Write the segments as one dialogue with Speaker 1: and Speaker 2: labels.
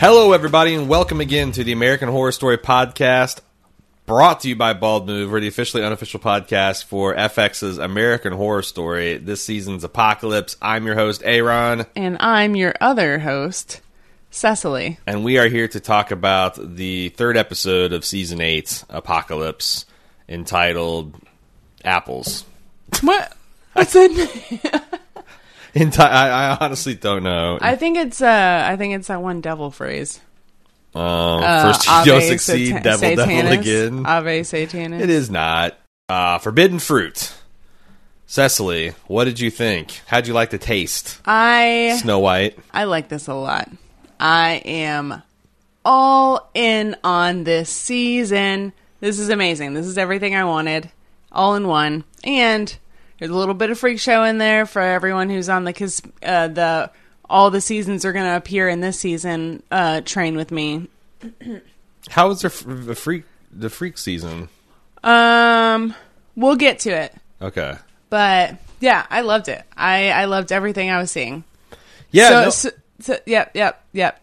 Speaker 1: Hello, everybody, and welcome again to the American Horror Story Podcast, brought to you by Bald Move. We're the officially unofficial podcast for FX's American Horror Story, this season's apocalypse. I'm your host, Aaron,
Speaker 2: And I'm your other host, Cecily.
Speaker 1: and we are here to talk about the third episode of season eight, Apocalypse, entitled Apples.
Speaker 2: What? What's it?
Speaker 1: Enti- I, I honestly don't know.
Speaker 2: I think it's uh, I think it's that one devil phrase.
Speaker 1: um,
Speaker 2: Uh,
Speaker 1: first, you don't
Speaker 2: Ave
Speaker 1: succeed,
Speaker 2: Satan-
Speaker 1: devil, devil
Speaker 2: Satanus.
Speaker 1: again.
Speaker 2: Ave Satanus.
Speaker 1: It is not. Uh, forbidden fruit. Cecily, what did you think? How'd you like the taste?
Speaker 2: I
Speaker 1: Snow White.
Speaker 2: I like this a lot. I am all in on this season. This is amazing. This is everything I wanted, all in one. And there's a little bit of freak show in there for everyone who's on the cause uh, the all the seasons are going to appear in this season. Uh, train with me.
Speaker 1: How was the, f- the freak the freak season?
Speaker 2: Um, we'll get to it,
Speaker 1: Okay.
Speaker 2: but yeah, I loved it. I I loved everything I was seeing.
Speaker 1: Yeah.
Speaker 2: so,
Speaker 1: no,
Speaker 2: so, so yep, yep, yep.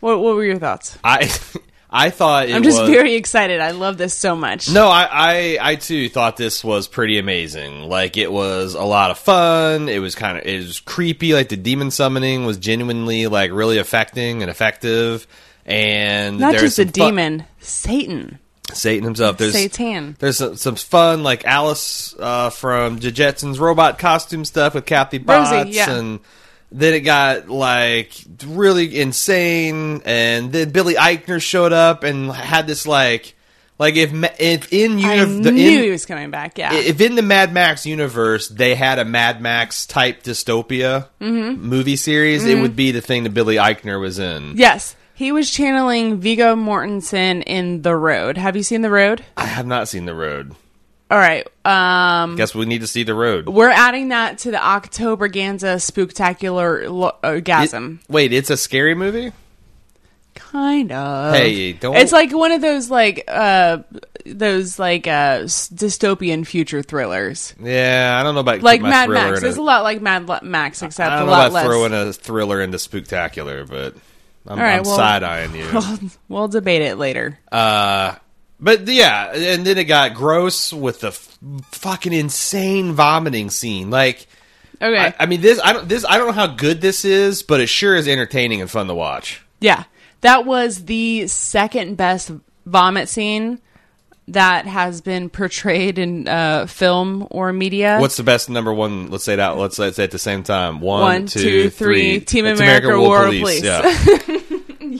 Speaker 2: What what were your thoughts?
Speaker 1: I I thought it
Speaker 2: I'm just
Speaker 1: was,
Speaker 2: very excited. I love this so much.
Speaker 1: No, I, I I too thought this was pretty amazing. Like it was a lot of fun. It was kind of it was creepy. Like the demon summoning was genuinely like really affecting and effective. And
Speaker 2: not
Speaker 1: there's
Speaker 2: just a
Speaker 1: some fu-
Speaker 2: demon, Satan.
Speaker 1: Satan himself. There's
Speaker 2: Satan.
Speaker 1: There's some, some fun like Alice uh, from the Jetsons robot costume stuff with Kathy Botts,
Speaker 2: Rosie, yeah.
Speaker 1: and then it got like really insane. And then Billy Eichner showed up and had this like like if ma- if in
Speaker 2: I
Speaker 1: univ- the in-
Speaker 2: knew he was coming back. Yeah,
Speaker 1: if in the Mad Max universe they had a Mad Max type dystopia
Speaker 2: Mm-hmm.
Speaker 1: movie series, it would be the thing that Billy Eichner was in.
Speaker 2: yes, he was channeling Vigo Mortensen in The Road. Have you seen The Road?
Speaker 1: I have not seen The Road.
Speaker 2: All right, um,
Speaker 1: Guess we need to see The Road.
Speaker 2: we're adding that to the October Ganza Spooktacular lo- uh, gasm.
Speaker 1: Wait, it's a scary movie.
Speaker 2: Kind of.
Speaker 1: Hey, don't-
Speaker 2: It's like one of those like uh those like uh s- dystopian future thrillers,
Speaker 1: Yeah, I don't know about
Speaker 2: like
Speaker 1: my
Speaker 2: Mad
Speaker 1: thriller
Speaker 2: Max.
Speaker 1: in a-
Speaker 2: It's a lot like Mad Lo- Max, except
Speaker 1: I
Speaker 2: a
Speaker 1: don't know
Speaker 2: lot
Speaker 1: about
Speaker 2: less.
Speaker 1: throwing a thriller into spooktacular, but I'm,
Speaker 2: right,
Speaker 1: I'm
Speaker 2: well-
Speaker 1: side eyeing you.
Speaker 2: we'll debate it later.
Speaker 1: Uh, but yeah, and then it got gross with the f- fucking insane vomiting scene. Like,
Speaker 2: Okay.
Speaker 1: I, I mean, this I don't this I don't know how good this is, but it sure is entertaining and fun to watch.
Speaker 2: Yeah. That was the second best vomit scene that has been portrayed in uh, film or media.
Speaker 1: What's the best number one? Let's say it out. Let's, let's say it at the same time. One,
Speaker 2: One,
Speaker 1: two, three.
Speaker 2: two, three. Team
Speaker 1: It's
Speaker 2: America, War of Police.
Speaker 1: Yeah.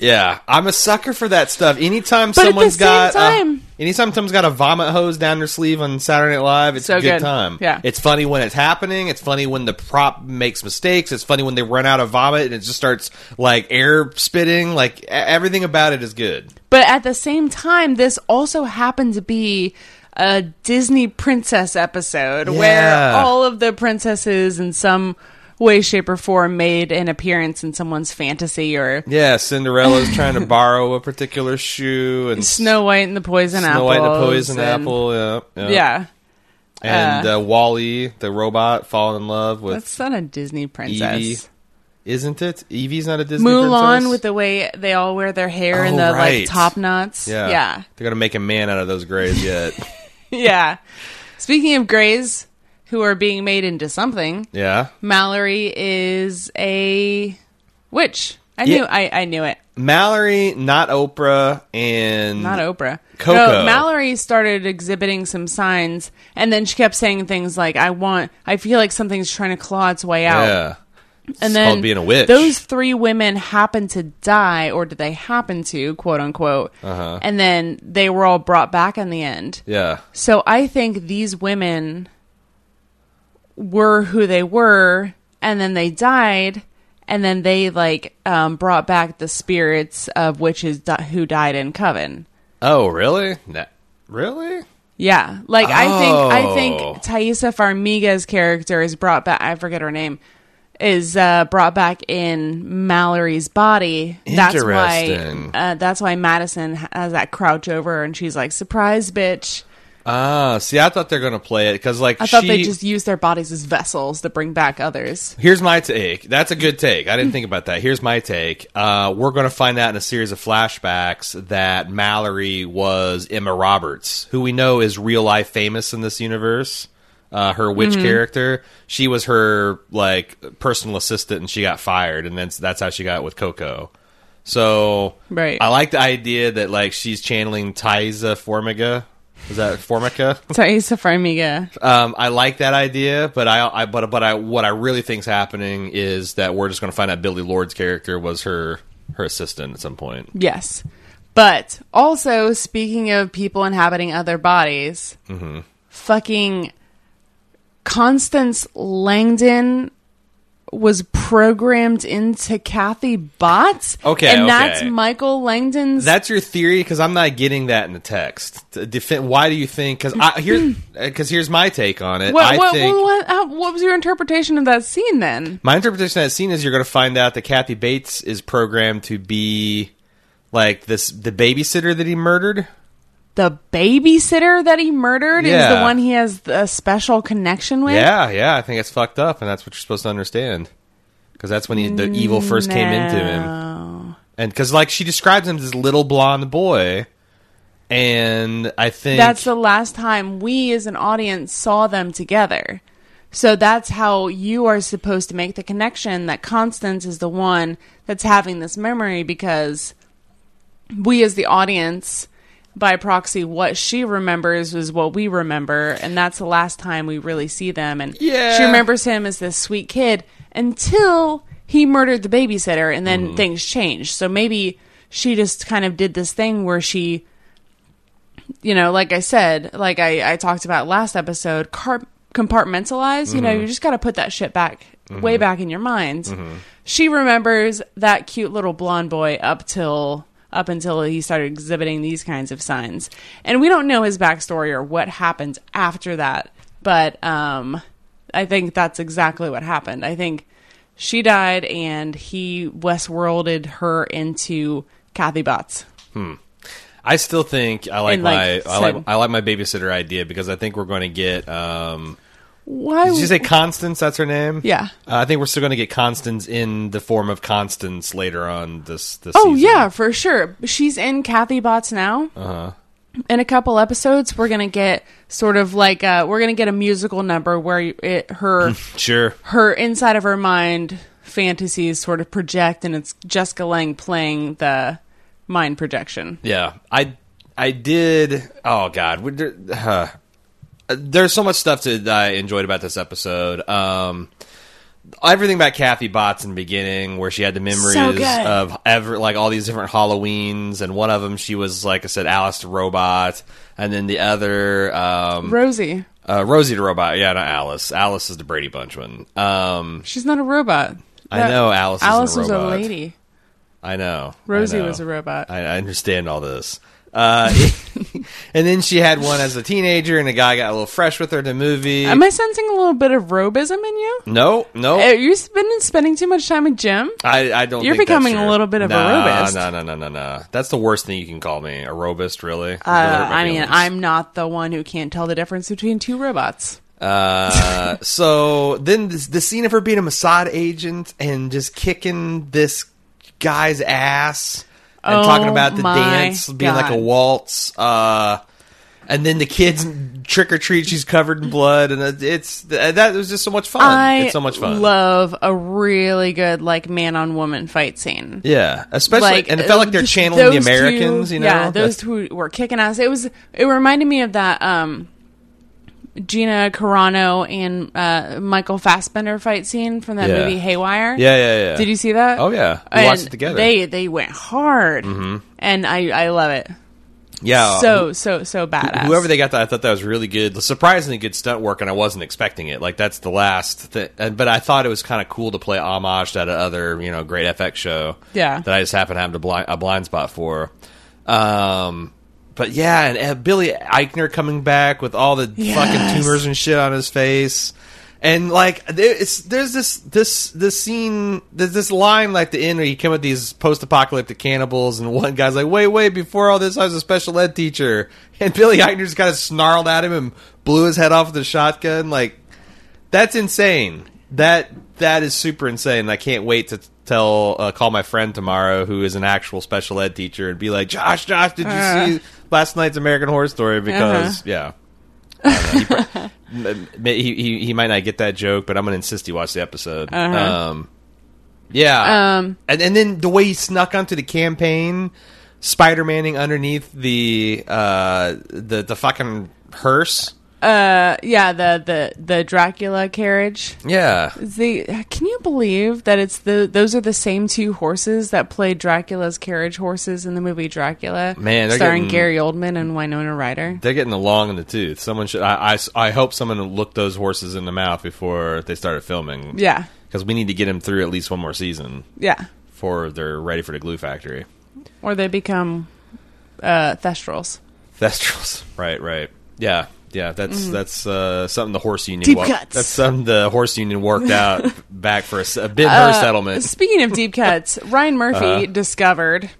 Speaker 1: Yeah, I'm a sucker for that stuff. Anytime
Speaker 2: at the
Speaker 1: someone's
Speaker 2: same
Speaker 1: got,
Speaker 2: time-
Speaker 1: A, anytime someone's got a vomit hose down their sleeve on Saturday Night Live, it's
Speaker 2: So
Speaker 1: a good,
Speaker 2: good.
Speaker 1: time.
Speaker 2: Yeah.
Speaker 1: it's funny when it's happening. It's funny when the prop makes mistakes. It's funny when they run out of vomit and it just starts like air spitting. Like e- everything about it is good.
Speaker 2: but at the same time, this also happened to be a Disney princess episode where
Speaker 1: Yeah.
Speaker 2: all of the princesses in some way, shape, or form made an appearance in someone's fantasy or
Speaker 1: Yeah, Cinderella's trying to borrow a particular shoe and
Speaker 2: Snow White and the Poison Apple.
Speaker 1: Snow White and the poison apple. Yeah,
Speaker 2: Yeah. uh,
Speaker 1: and uh, Wally, the robot, falling in love with
Speaker 2: That's not a Disney princess.
Speaker 1: Evie. Isn't it? Evie's not a Disney
Speaker 2: Mulan
Speaker 1: princess?
Speaker 2: with the way they all wear their hair
Speaker 1: Oh,
Speaker 2: and the
Speaker 1: right.
Speaker 2: like top knots. Yeah. Yeah.
Speaker 1: They're going to make a man out of those grays yet.
Speaker 2: Speaking of grays who are being made into something,
Speaker 1: yeah.
Speaker 2: Mallory is a witch. I
Speaker 1: Yeah.
Speaker 2: knew I, I knew it.
Speaker 1: Mallory, not Oprah, and.
Speaker 2: Not Oprah.
Speaker 1: Mm. Coco.
Speaker 2: No, Mallory started exhibiting some signs and then she kept saying things like I want I feel like something's trying to claw its way out.
Speaker 1: Yeah.
Speaker 2: and
Speaker 1: called
Speaker 2: then
Speaker 1: being a witch.
Speaker 2: Those three women happened to die, or did they happen to, quote unquote?
Speaker 1: Uh-huh.
Speaker 2: And then they were all brought back in the end.
Speaker 1: Yeah.
Speaker 2: So I think these women were who they were, and then they died, and then they like um, brought back the spirits of witches di- who died in coven.
Speaker 1: Oh, really? Na- really?
Speaker 2: Yeah, like I think
Speaker 1: Oh.
Speaker 2: I think Thaisa Farmiga's character is brought back. I forget her name is uh, brought back in Mallory's body. That's why
Speaker 1: Interesting.
Speaker 2: uh, that's why Madison has that crouch over, her and she's like, "Surprise, bitch!"
Speaker 1: Ah, see, I thought they're going to play it because, like,
Speaker 2: I thought
Speaker 1: she,
Speaker 2: they just used their bodies as vessels to bring back others.
Speaker 1: Here's my take. That's a good take. I didn't think about that. Here's my take. Uh, we're going to find out in a series of flashbacks that Mallory was Emma Roberts, who we know is real life famous in this universe. Uh, her witch character. She was her like personal assistant, and she got fired, and then that's how she got with Coco. So
Speaker 2: Right.
Speaker 1: I like the idea that like she's channeling Taiza Formiga. Is that Formica?
Speaker 2: Thaisa Farmiga.
Speaker 1: Um, I like that idea, but I, I, but, but I, what I really think's happening is that we're just going to find out Billy Lord's character was her, her assistant at some point.
Speaker 2: Yes. But also, speaking of people inhabiting other bodies,
Speaker 1: Mm-hmm.
Speaker 2: fucking Constance Langdon was programmed into Kathy Botts.
Speaker 1: Okay,
Speaker 2: And
Speaker 1: okay.
Speaker 2: that's Michael Langdon's.
Speaker 1: That's your theory because I'm not getting that in the text. To Defend, why do you think? Because I here, because here's my take on it.
Speaker 2: what,
Speaker 1: I
Speaker 2: what,
Speaker 1: think
Speaker 2: what, how- what was your interpretation of that scene then?
Speaker 1: my interpretation of that scene is you're going to find out that Kathy Bates is programmed to be like this the babysitter that he murdered.
Speaker 2: The babysitter that he murdered is the
Speaker 1: Yeah.
Speaker 2: one he has a special connection with?
Speaker 1: Yeah, yeah, I think it's fucked up, and that's what you're supposed to understand. Because that's when he, the evil first came into him, and because like she describes him as this little blonde boy, and I think
Speaker 2: that's the last time we as an audience saw them together. So that's how you are supposed to make the connection that Constance is the one that's having this memory because we as the audience by proxy what she remembers is what we remember and that's the last time we really see them and
Speaker 1: Yeah.
Speaker 2: she remembers him as this sweet kid until he murdered the babysitter and
Speaker 1: Mm-hmm.
Speaker 2: then things changed. So maybe she just kind of did this thing where she you know, like I said, like I, I talked about last episode, car- compartmentalize, you know, you just got to put that shit back way back in your mind. She remembers that cute little blonde boy up till up until he started exhibiting these kinds of signs. And we don't know his backstory or what happened after that, but um I think that's exactly what happened. I think she died and he westworlded her into Kathy Botts.
Speaker 1: I still think I like
Speaker 2: And, like,
Speaker 1: my I like
Speaker 2: said-
Speaker 1: I like my babysitter idea because I think we're going to get um
Speaker 2: Why
Speaker 1: did
Speaker 2: would-
Speaker 1: you say Constance? That's her name.
Speaker 2: Yeah.
Speaker 1: Uh, I think we're still going to get Constance in the form of Constance later on this this.
Speaker 2: Oh
Speaker 1: season.
Speaker 2: yeah, for sure. She's in Kathy Bots now.
Speaker 1: Uh-huh.
Speaker 2: In a couple episodes, we're gonna get sort of like uh we're gonna get a musical number where it her
Speaker 1: Hmm. sure.
Speaker 2: her inside of her mind fantasies sort of project, and it's Jessica Lang playing the mind projection.
Speaker 1: Yeah, I I did. Oh God, Would there- huh. there's so much stuff that I enjoyed about this episode. Um, everything about Kathy Botts in the beginning, where she had the memories
Speaker 2: So good.
Speaker 1: of ever like all these different Halloweens, and one of them she was like I said, Alice the robot, and then the other um,
Speaker 2: Rosie,
Speaker 1: uh, Rosie the robot. Yeah, not Alice. Alice is the Brady Bunch one. Um,
Speaker 2: she's not a robot.
Speaker 1: I know Alice.
Speaker 2: Alice
Speaker 1: is a
Speaker 2: was
Speaker 1: robot.
Speaker 2: a lady.
Speaker 1: I know. I
Speaker 2: Rosie
Speaker 1: know.
Speaker 2: was a robot.
Speaker 1: I, I understand all this. Uh, and then she had one as a teenager, and a guy got a little fresh with her in the movie.
Speaker 2: Am I sensing a little bit of robism in you?
Speaker 1: no, no,
Speaker 2: Are you spending spending too much time with Jim?
Speaker 1: I, I don't.
Speaker 2: You're
Speaker 1: think that's
Speaker 2: becoming a
Speaker 1: true.
Speaker 2: little bit of a
Speaker 1: Nah,
Speaker 2: robist.
Speaker 1: No, no, no, no, no. That's the worst thing you can call me, a robist. Really? Really
Speaker 2: Uh,
Speaker 1: hurt my
Speaker 2: I mean,
Speaker 1: feelings.
Speaker 2: I'm not the one who can't tell the difference between two robots.
Speaker 1: Uh, so then this, the scene of her being a Mossad agent and just kicking this guy's ass and
Speaker 2: Oh
Speaker 1: talking about the
Speaker 2: my
Speaker 1: dance being like a
Speaker 2: God.
Speaker 1: waltz. Uh, and then the kids trick or treat. She's covered in blood, and it- it's th- that was just so much fun.
Speaker 2: I
Speaker 1: it's so much fun.
Speaker 2: love a really good like man on woman fight scene.
Speaker 1: yeah, especially
Speaker 2: Like,
Speaker 1: and it felt like they're
Speaker 2: just
Speaker 1: channeling the
Speaker 2: those two-
Speaker 1: Americans. you know,
Speaker 2: yeah, those
Speaker 1: That's-
Speaker 2: two were kicking ass. It was it reminded me of that um, Gina Carano and uh, Michael Fassbender fight scene from that
Speaker 1: Yeah.
Speaker 2: movie Haywire.
Speaker 1: yeah, yeah, yeah.
Speaker 2: Did you see that?
Speaker 1: Oh yeah, we
Speaker 2: And
Speaker 1: watched it together. Mm-hmm.
Speaker 2: They they went hard, and I I love it
Speaker 1: yeah,
Speaker 2: so so so badass.
Speaker 1: Uh, Whoever they got that, I thought that was really good, surprisingly good stunt work, and I wasn't expecting it. Like that's the last thing, but I thought it was kind of cool to play homage to that other you know great FX show.
Speaker 2: Yeah.
Speaker 1: that I just happen to have a blind, a blind spot for. Um, but yeah, and uh, Billy Eichner coming back with all the
Speaker 2: Yes.
Speaker 1: fucking tumors and shit on his face. And like there- it's, there's this this this scene there's this line like the end where you come with these post apocalyptic cannibals and one guy's like wait wait before all this I was a special ed teacher and Billy Eichner's kind of snarled at him and blew his head off with a shotgun like that's insane that that is super insane I can't wait to tell uh, call my friend tomorrow who is an actual special ed teacher and be like Josh Josh did you
Speaker 2: Uh.
Speaker 1: see last night's American Horror Story because yeah M- he, he he might not get that joke, but I'm gonna insist he watch the episode. Um, yeah,
Speaker 2: Um,
Speaker 1: and and then the way he snuck onto the campaign, Spider Maning underneath the uh the the fucking hearse.
Speaker 2: uh, yeah, the the the Dracula carriage.
Speaker 1: Yeah,
Speaker 2: The can you believe that it's the those are the same two horses that played Dracula's carriage horses in the movie Dracula,
Speaker 1: Man, they're
Speaker 2: starring
Speaker 1: getting-
Speaker 2: Gary Oldman and Winona Ryder.
Speaker 1: they're getting the long in the tooth. Someone should. I, I s- I hope someone looked those horses in the mouth before they started filming.
Speaker 2: Yeah,
Speaker 1: because we need to get them through at least one more season
Speaker 2: yeah,
Speaker 1: before they're ready for the glue factory.
Speaker 2: or they become uh, thestrals.
Speaker 1: Thestrals. Right, right. Yeah, yeah. That's that's uh, something the horse union.
Speaker 2: Mm-hmm. Deep cuts.
Speaker 1: That's something the horse union worked out back for a, s- a bid
Speaker 2: Uh,
Speaker 1: her settlement.
Speaker 2: Speaking of deep cuts, Ryan
Speaker 1: Uh-huh.
Speaker 2: Murphy discovered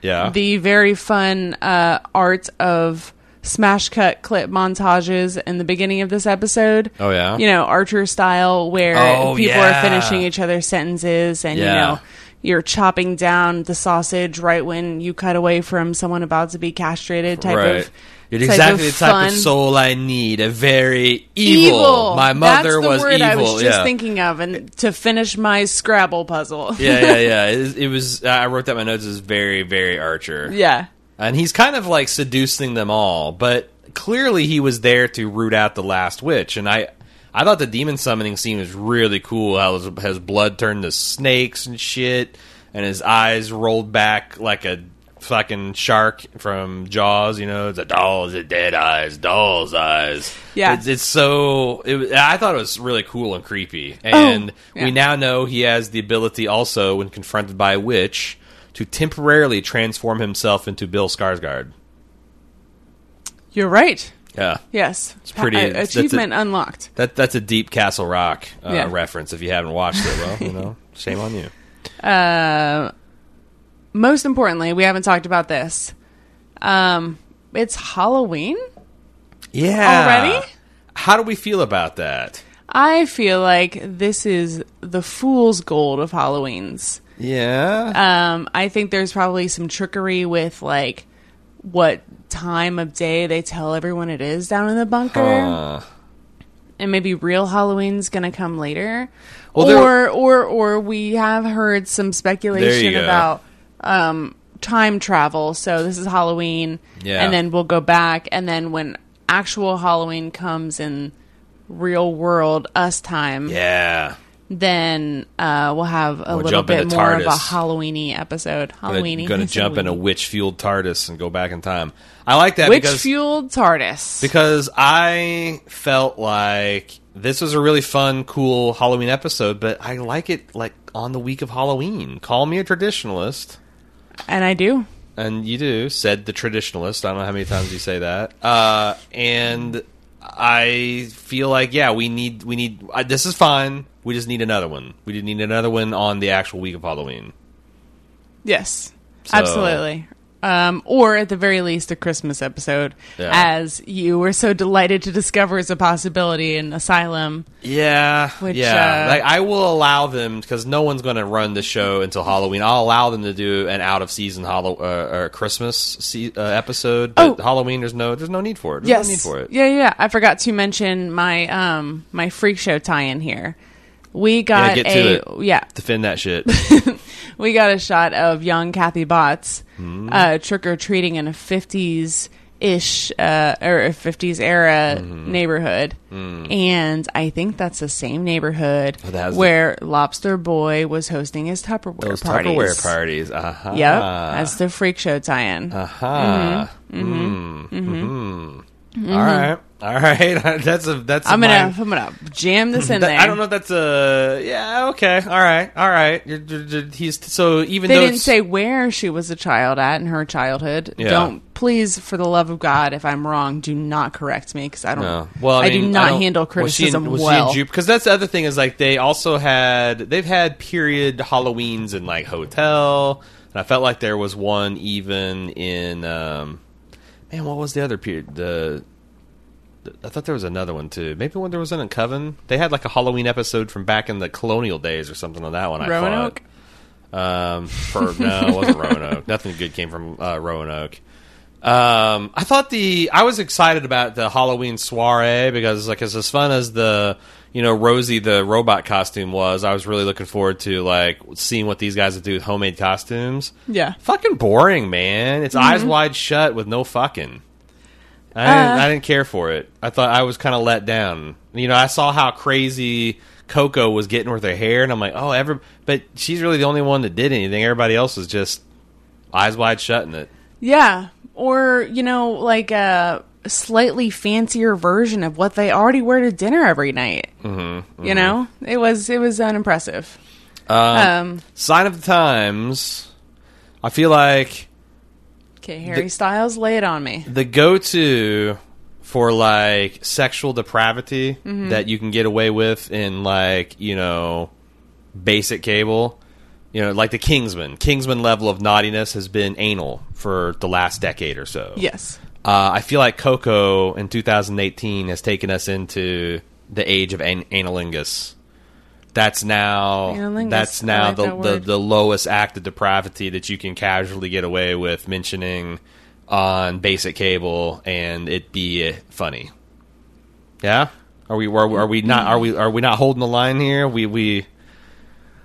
Speaker 1: Yeah,
Speaker 2: the very fun uh, art of smash cut clip montages in the beginning of this episode.
Speaker 1: Oh, yeah?
Speaker 2: you know Archer style, where
Speaker 1: Oh,
Speaker 2: people
Speaker 1: yeah.
Speaker 2: are finishing each other's sentences, and
Speaker 1: Yeah.
Speaker 2: you know you're chopping down the sausage right when you cut away from someone about to be castrated. Type
Speaker 1: right.
Speaker 2: of
Speaker 1: You're
Speaker 2: type
Speaker 1: exactly
Speaker 2: of
Speaker 1: the type
Speaker 2: fun-
Speaker 1: of soul I need. A very evil. My mother
Speaker 2: That's the
Speaker 1: was
Speaker 2: word
Speaker 1: evil.
Speaker 2: I was just
Speaker 1: yeah.
Speaker 2: thinking of, and to finish my Scrabble puzzle.
Speaker 1: yeah, yeah, yeah. It, is- it was. I wrote that in my notes as very, very Archer.
Speaker 2: yeah.
Speaker 1: and he's kind of like seducing them all but clearly he was there to root out the last witch and i i thought the demon summoning scene was really cool how his, his blood turned to snakes and shit and his eyes rolled back like a fucking shark from jaws you know it's a doll's a dead eyes doll's eyes
Speaker 2: Yeah.
Speaker 1: it's, it's so it, was- i thought it was really cool and creepy and
Speaker 2: yeah.
Speaker 1: we now know he has the ability also, when confronted by a witch, to temporarily transform himself into Bill Skarsgård.
Speaker 2: You're right.
Speaker 1: Yeah.
Speaker 2: Yes. It's
Speaker 1: pretty- that's a-
Speaker 2: achievement unlocked.
Speaker 1: That, that's a deep Castle Rock uh,
Speaker 2: Yeah.
Speaker 1: reference if you haven't watched it. Well, you know, shame on you.
Speaker 2: most importantly, we haven't talked about this. Um, it's Halloween.
Speaker 1: Yeah.
Speaker 2: Already?
Speaker 1: How do we feel about that?
Speaker 2: I feel like this is the fool's gold of Halloweens.
Speaker 1: Yeah.
Speaker 2: Um, I think there's probably some trickery with like what time of day they tell everyone it is down in the bunker,
Speaker 1: Uh,
Speaker 2: and maybe real Halloween's gonna come later.
Speaker 1: Well, there-
Speaker 2: or or or we have heard some speculation
Speaker 1: go.
Speaker 2: about um, time travel. So this is Halloween,
Speaker 1: Yeah.
Speaker 2: and then we'll go back, and then when actual Halloween comes in real world us time,
Speaker 1: yeah.
Speaker 2: then uh, we'll have a little
Speaker 1: jump into
Speaker 2: bit more of a
Speaker 1: TARDIS.
Speaker 2: Halloweeny episode. Halloweeny,
Speaker 1: Going to jump in a witch fueled TARDIS and go back in time. I like that
Speaker 2: witch
Speaker 1: because.
Speaker 2: fueled TARDIS.
Speaker 1: because I felt like this was a really fun, cool Halloween episode, but I like it like on the week of Halloween. Call me a traditionalist,
Speaker 2: and I do.
Speaker 1: and you do said the traditionalist. I don't know how many times you say that. Uh, and I feel like yeah, we need we need I, this is fine. We just need another one. We just need another one on the actual week of Halloween.
Speaker 2: Yes,
Speaker 1: So-
Speaker 2: absolutely. Um, or at the very least, a Christmas episode,
Speaker 1: Yeah.
Speaker 2: as you were so delighted to discover is a possibility in Asylum.
Speaker 1: Yeah,
Speaker 2: Which,
Speaker 1: yeah.
Speaker 2: uh,
Speaker 1: like, I will allow them because no one's going to run the show until Halloween. I'll allow them to do an out of season Hollow uh, or Christmas se- uh, episode, but
Speaker 2: Oh.
Speaker 1: Halloween there's no there's no need for it. There's
Speaker 2: Yes,
Speaker 1: no need for it.
Speaker 2: yeah, yeah. I forgot to mention my um my freak show tie-in here. We got
Speaker 1: get
Speaker 2: a
Speaker 1: to
Speaker 2: yeah,
Speaker 1: Defend that shit.
Speaker 2: we got a shot of young Kathy Botts
Speaker 1: Hmm.
Speaker 2: uh, trick or treating in a fifties ish uh, or fifties era
Speaker 1: Hmm.
Speaker 2: neighborhood, and I think that's the same neighborhood
Speaker 1: that was the-
Speaker 2: where Lobster Boy was hosting his Tupperware
Speaker 1: Those
Speaker 2: parties.
Speaker 1: Tupperware parties. Uh huh.
Speaker 2: Yep, that's the freak show tie-in. Mm-hmm.
Speaker 1: Uh huh. Mm-hmm. right. Uh-huh. Mm-hmm. All right, that's a that's. a
Speaker 2: I'm gonna
Speaker 1: mind-
Speaker 2: I'm gonna jam this in
Speaker 1: that-
Speaker 2: there.
Speaker 1: I don't know if that's a yeah. Okay, all right, all right. You're, you're, you're- he's so even
Speaker 2: They
Speaker 1: though
Speaker 2: didn't
Speaker 1: it's-
Speaker 2: say where she was a child at in her childhood.
Speaker 1: Yeah.
Speaker 2: Don't please, for the love of God, if I'm wrong, do not correct me because I don't.
Speaker 1: No. Well, I,
Speaker 2: do
Speaker 1: mean,
Speaker 2: not
Speaker 1: don't-
Speaker 2: handle
Speaker 1: was she in-
Speaker 2: criticism
Speaker 1: was she in
Speaker 2: well.
Speaker 1: Ju- because that's the other thing is like they also had they've had period Halloweens in like hotel, and I felt like there was one even in um, man, what was the other period? The I thought there was another one too. Maybe when there was one in Coven, they had like a Halloween episode from back in the colonial days or something on that one. I
Speaker 2: Roanoke?
Speaker 1: thought. Um, for no, it wasn't Roanoke. Nothing good came from uh, Roanoke. Um, I thought the I was excited about the Halloween soiree because like it's as fun as the you know Rosie the robot costume was. I was really looking forward to like seeing what these guys would do with homemade costumes.
Speaker 2: Yeah.
Speaker 1: fucking boring, man. It's eyes wide shut with no fucking. I didn't,
Speaker 2: Uh.
Speaker 1: I didn't care for it. I thought I was kind of let down. You know, I saw how crazy Coco was getting with her hair, and I'm like, oh, every. But she's really the only one that did anything. Everybody else was just eyes wide shut in it.
Speaker 2: Yeah, or you know, like a slightly fancier version of what they already wear to dinner every night. Mm-hmm, You know, it was it was unimpressive.
Speaker 1: Uh,
Speaker 2: Um,
Speaker 1: Sign of the times. I feel like
Speaker 2: okay, Harry Styles, lay it on me.
Speaker 1: the go-to for like sexual depravity that you can get away with in like you know basic cable you know like the kingsman kingsman level of naughtiness has been anal for the last decade or so
Speaker 2: Yes,
Speaker 1: uh, i feel like coco in 2018 has taken us into the age of an- analingus that's now
Speaker 2: Analingus,
Speaker 1: that's
Speaker 2: I
Speaker 1: now
Speaker 2: like
Speaker 1: the,
Speaker 2: that
Speaker 1: the
Speaker 2: word.
Speaker 1: the lowest act of depravity that you can casually get away with mentioning on basic cable and it be funny. Yeah? Are we are, we- are we not are we are we not holding the line here? We we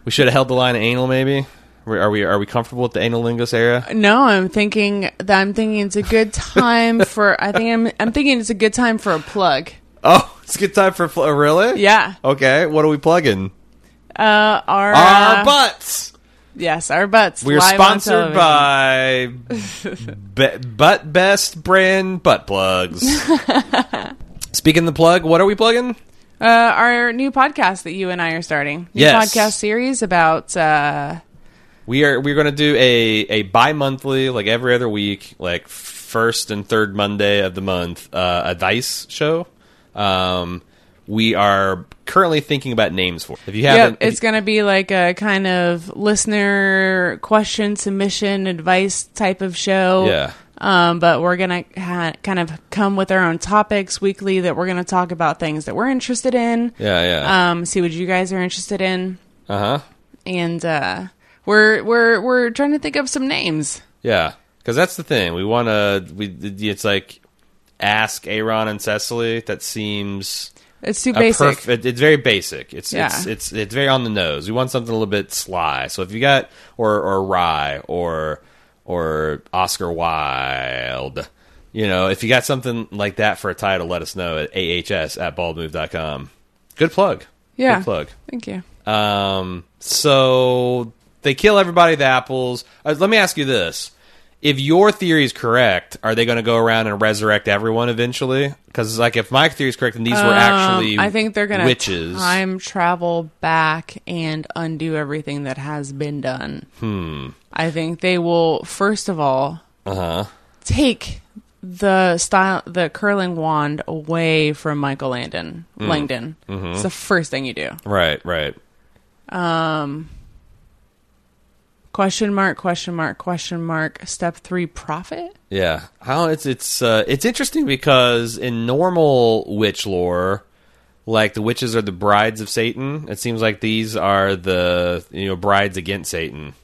Speaker 1: we should have held the line at anal maybe. Are we are we comfortable with the analingus era?
Speaker 2: no, I'm thinking that I'm thinking it's a good time for. I think I'm I'm thinking it's a good time for a plug.
Speaker 1: Oh, it's a good time for fl- really?
Speaker 2: Yeah,
Speaker 1: Okay, what are we plugging?
Speaker 2: uh, our
Speaker 1: Our
Speaker 2: uh,
Speaker 1: butts.
Speaker 2: yes, our butts.
Speaker 1: We're
Speaker 2: live on
Speaker 1: sponsored
Speaker 2: television.
Speaker 1: by Be- Butt Best brand butt plugs. Speaking of the plug, what are we plugging?
Speaker 2: uh, our new podcast that you and I are starting. New
Speaker 1: Yes.
Speaker 2: podcast series about. Uh,
Speaker 1: We are we're going to do a a bi-monthly like every other week, like first and third Monday of the month, uh, a dice show. Um we are currently thinking about names for. it. If you haven't
Speaker 2: Yep, it's going to be like a kind of listener question submission advice type of show.
Speaker 1: Yeah.
Speaker 2: Um, but we're going to ha- kind of come with our own topics weekly that we're going to talk about things that we're interested in.
Speaker 1: Yeah, yeah.
Speaker 2: Um, see what you guys are interested in,
Speaker 1: uh-huh.
Speaker 2: and uh, we're we're we're trying to think of some names.
Speaker 1: Yeah, because that's the thing. We want to. We it's like ask Aaron and Cecily. That seems
Speaker 2: It's too
Speaker 1: a
Speaker 2: basic.
Speaker 1: perf- it- it's very basic. It's it's
Speaker 2: Yeah.
Speaker 1: it's it's very on the nose. We want something a little bit sly. So if you got or or Rye or or Oscar Wilde. You know, if you got something like that for a title, let us know at ahs at baldmove.com. Good plug.
Speaker 2: Yeah.
Speaker 1: Good plug.
Speaker 2: Thank you.
Speaker 1: Um, so they kill everybody with apples. Uh, let me ask you this. If your theory is correct, are they going to go around and resurrect everyone eventually? Because like, if my theory is correct, and these were actually,
Speaker 2: Um, I think they're gonna
Speaker 1: witches.
Speaker 2: time travel back and undo everything that has been done. Hmm. I think they will first of all
Speaker 1: Uh huh.
Speaker 2: take the style the curling wand away from Michael Landon
Speaker 1: Hmm.
Speaker 2: Langdon.
Speaker 1: Mm-hmm.
Speaker 2: It's the first thing you do.
Speaker 1: Right. Right.
Speaker 2: Question mark, question mark, question mark, step three profit?
Speaker 1: Yeah. How it's it's uh, it's interesting because in normal witch lore, like the witches are the brides of Satan. It seems like these are the you know brides against Satan.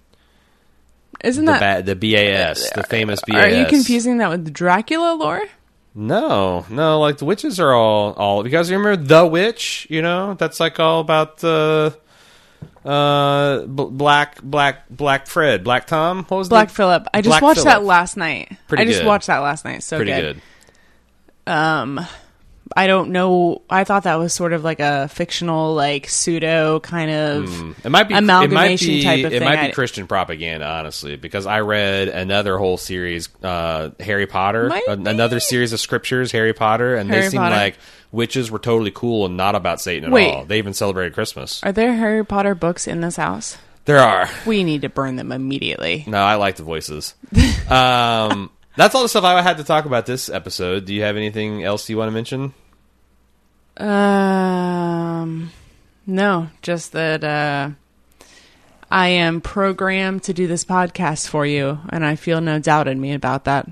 Speaker 2: Isn't
Speaker 1: The
Speaker 2: that
Speaker 1: ba- the BAS, the famous BAS.
Speaker 2: are you confusing that with Dracula lore?
Speaker 1: No, no, like the witches are all all. You guys remember the witch? You know that's like all about the uh, b- black black black Fred, black Tom. What was the-
Speaker 2: Black Phillip. I just
Speaker 1: Black
Speaker 2: watched that
Speaker 1: Phillip.
Speaker 2: last night.
Speaker 1: Pretty
Speaker 2: I just
Speaker 1: good.
Speaker 2: watched that last night. So
Speaker 1: Pretty
Speaker 2: good.
Speaker 1: good.
Speaker 2: I don't know. I thought that was sort of like a fictional, like pseudo kind of.
Speaker 1: Hmm. It might be
Speaker 2: Amalgamation
Speaker 1: it might be,
Speaker 2: type of
Speaker 1: It
Speaker 2: thing.
Speaker 1: might be
Speaker 2: I-
Speaker 1: Christian propaganda, honestly, because I read another whole series, uh, Harry Potter,
Speaker 2: Might
Speaker 1: an- another series of scriptures, Harry Potter, and they
Speaker 2: Harry
Speaker 1: seem
Speaker 2: Potter.
Speaker 1: like witches were totally cool and not about Satan at
Speaker 2: Wait.
Speaker 1: all. They even celebrated Christmas.
Speaker 2: Are there Harry Potter books in this house?
Speaker 1: There are.
Speaker 2: We need to burn them immediately.
Speaker 1: No, I like the voices. um, that's all the stuff I had to talk about this episode. Do you have anything else you want to mention?
Speaker 2: Um, no, just that uh, I am programmed to do this podcast for you, and I feel no doubt in me about that.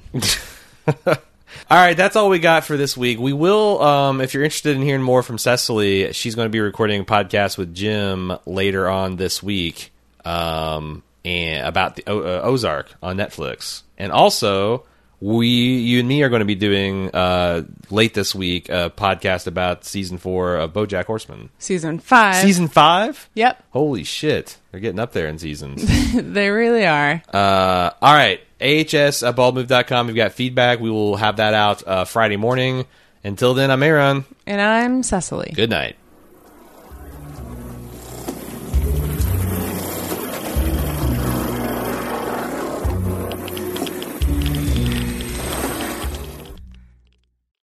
Speaker 1: All right, that's all we got for this week. We will, um, if you're interested in hearing more from Cecily, she's going to be recording a podcast with Jim later on this week um, and about the o- uh, Ozark on Netflix. And also, we, you and me, are going to be doing uh, late this week a podcast about season four of BoJack Horseman,
Speaker 2: Season five.
Speaker 1: season five.
Speaker 2: Yep,
Speaker 1: Holy shit, they're getting up there in seasons.
Speaker 2: they really are.
Speaker 1: Uh, all right. AHS at baldmove.com. We've got feedback. We will have that out uh, Friday morning. Until then, I'm Aaron.
Speaker 2: and I'm Cecily.
Speaker 1: Good night.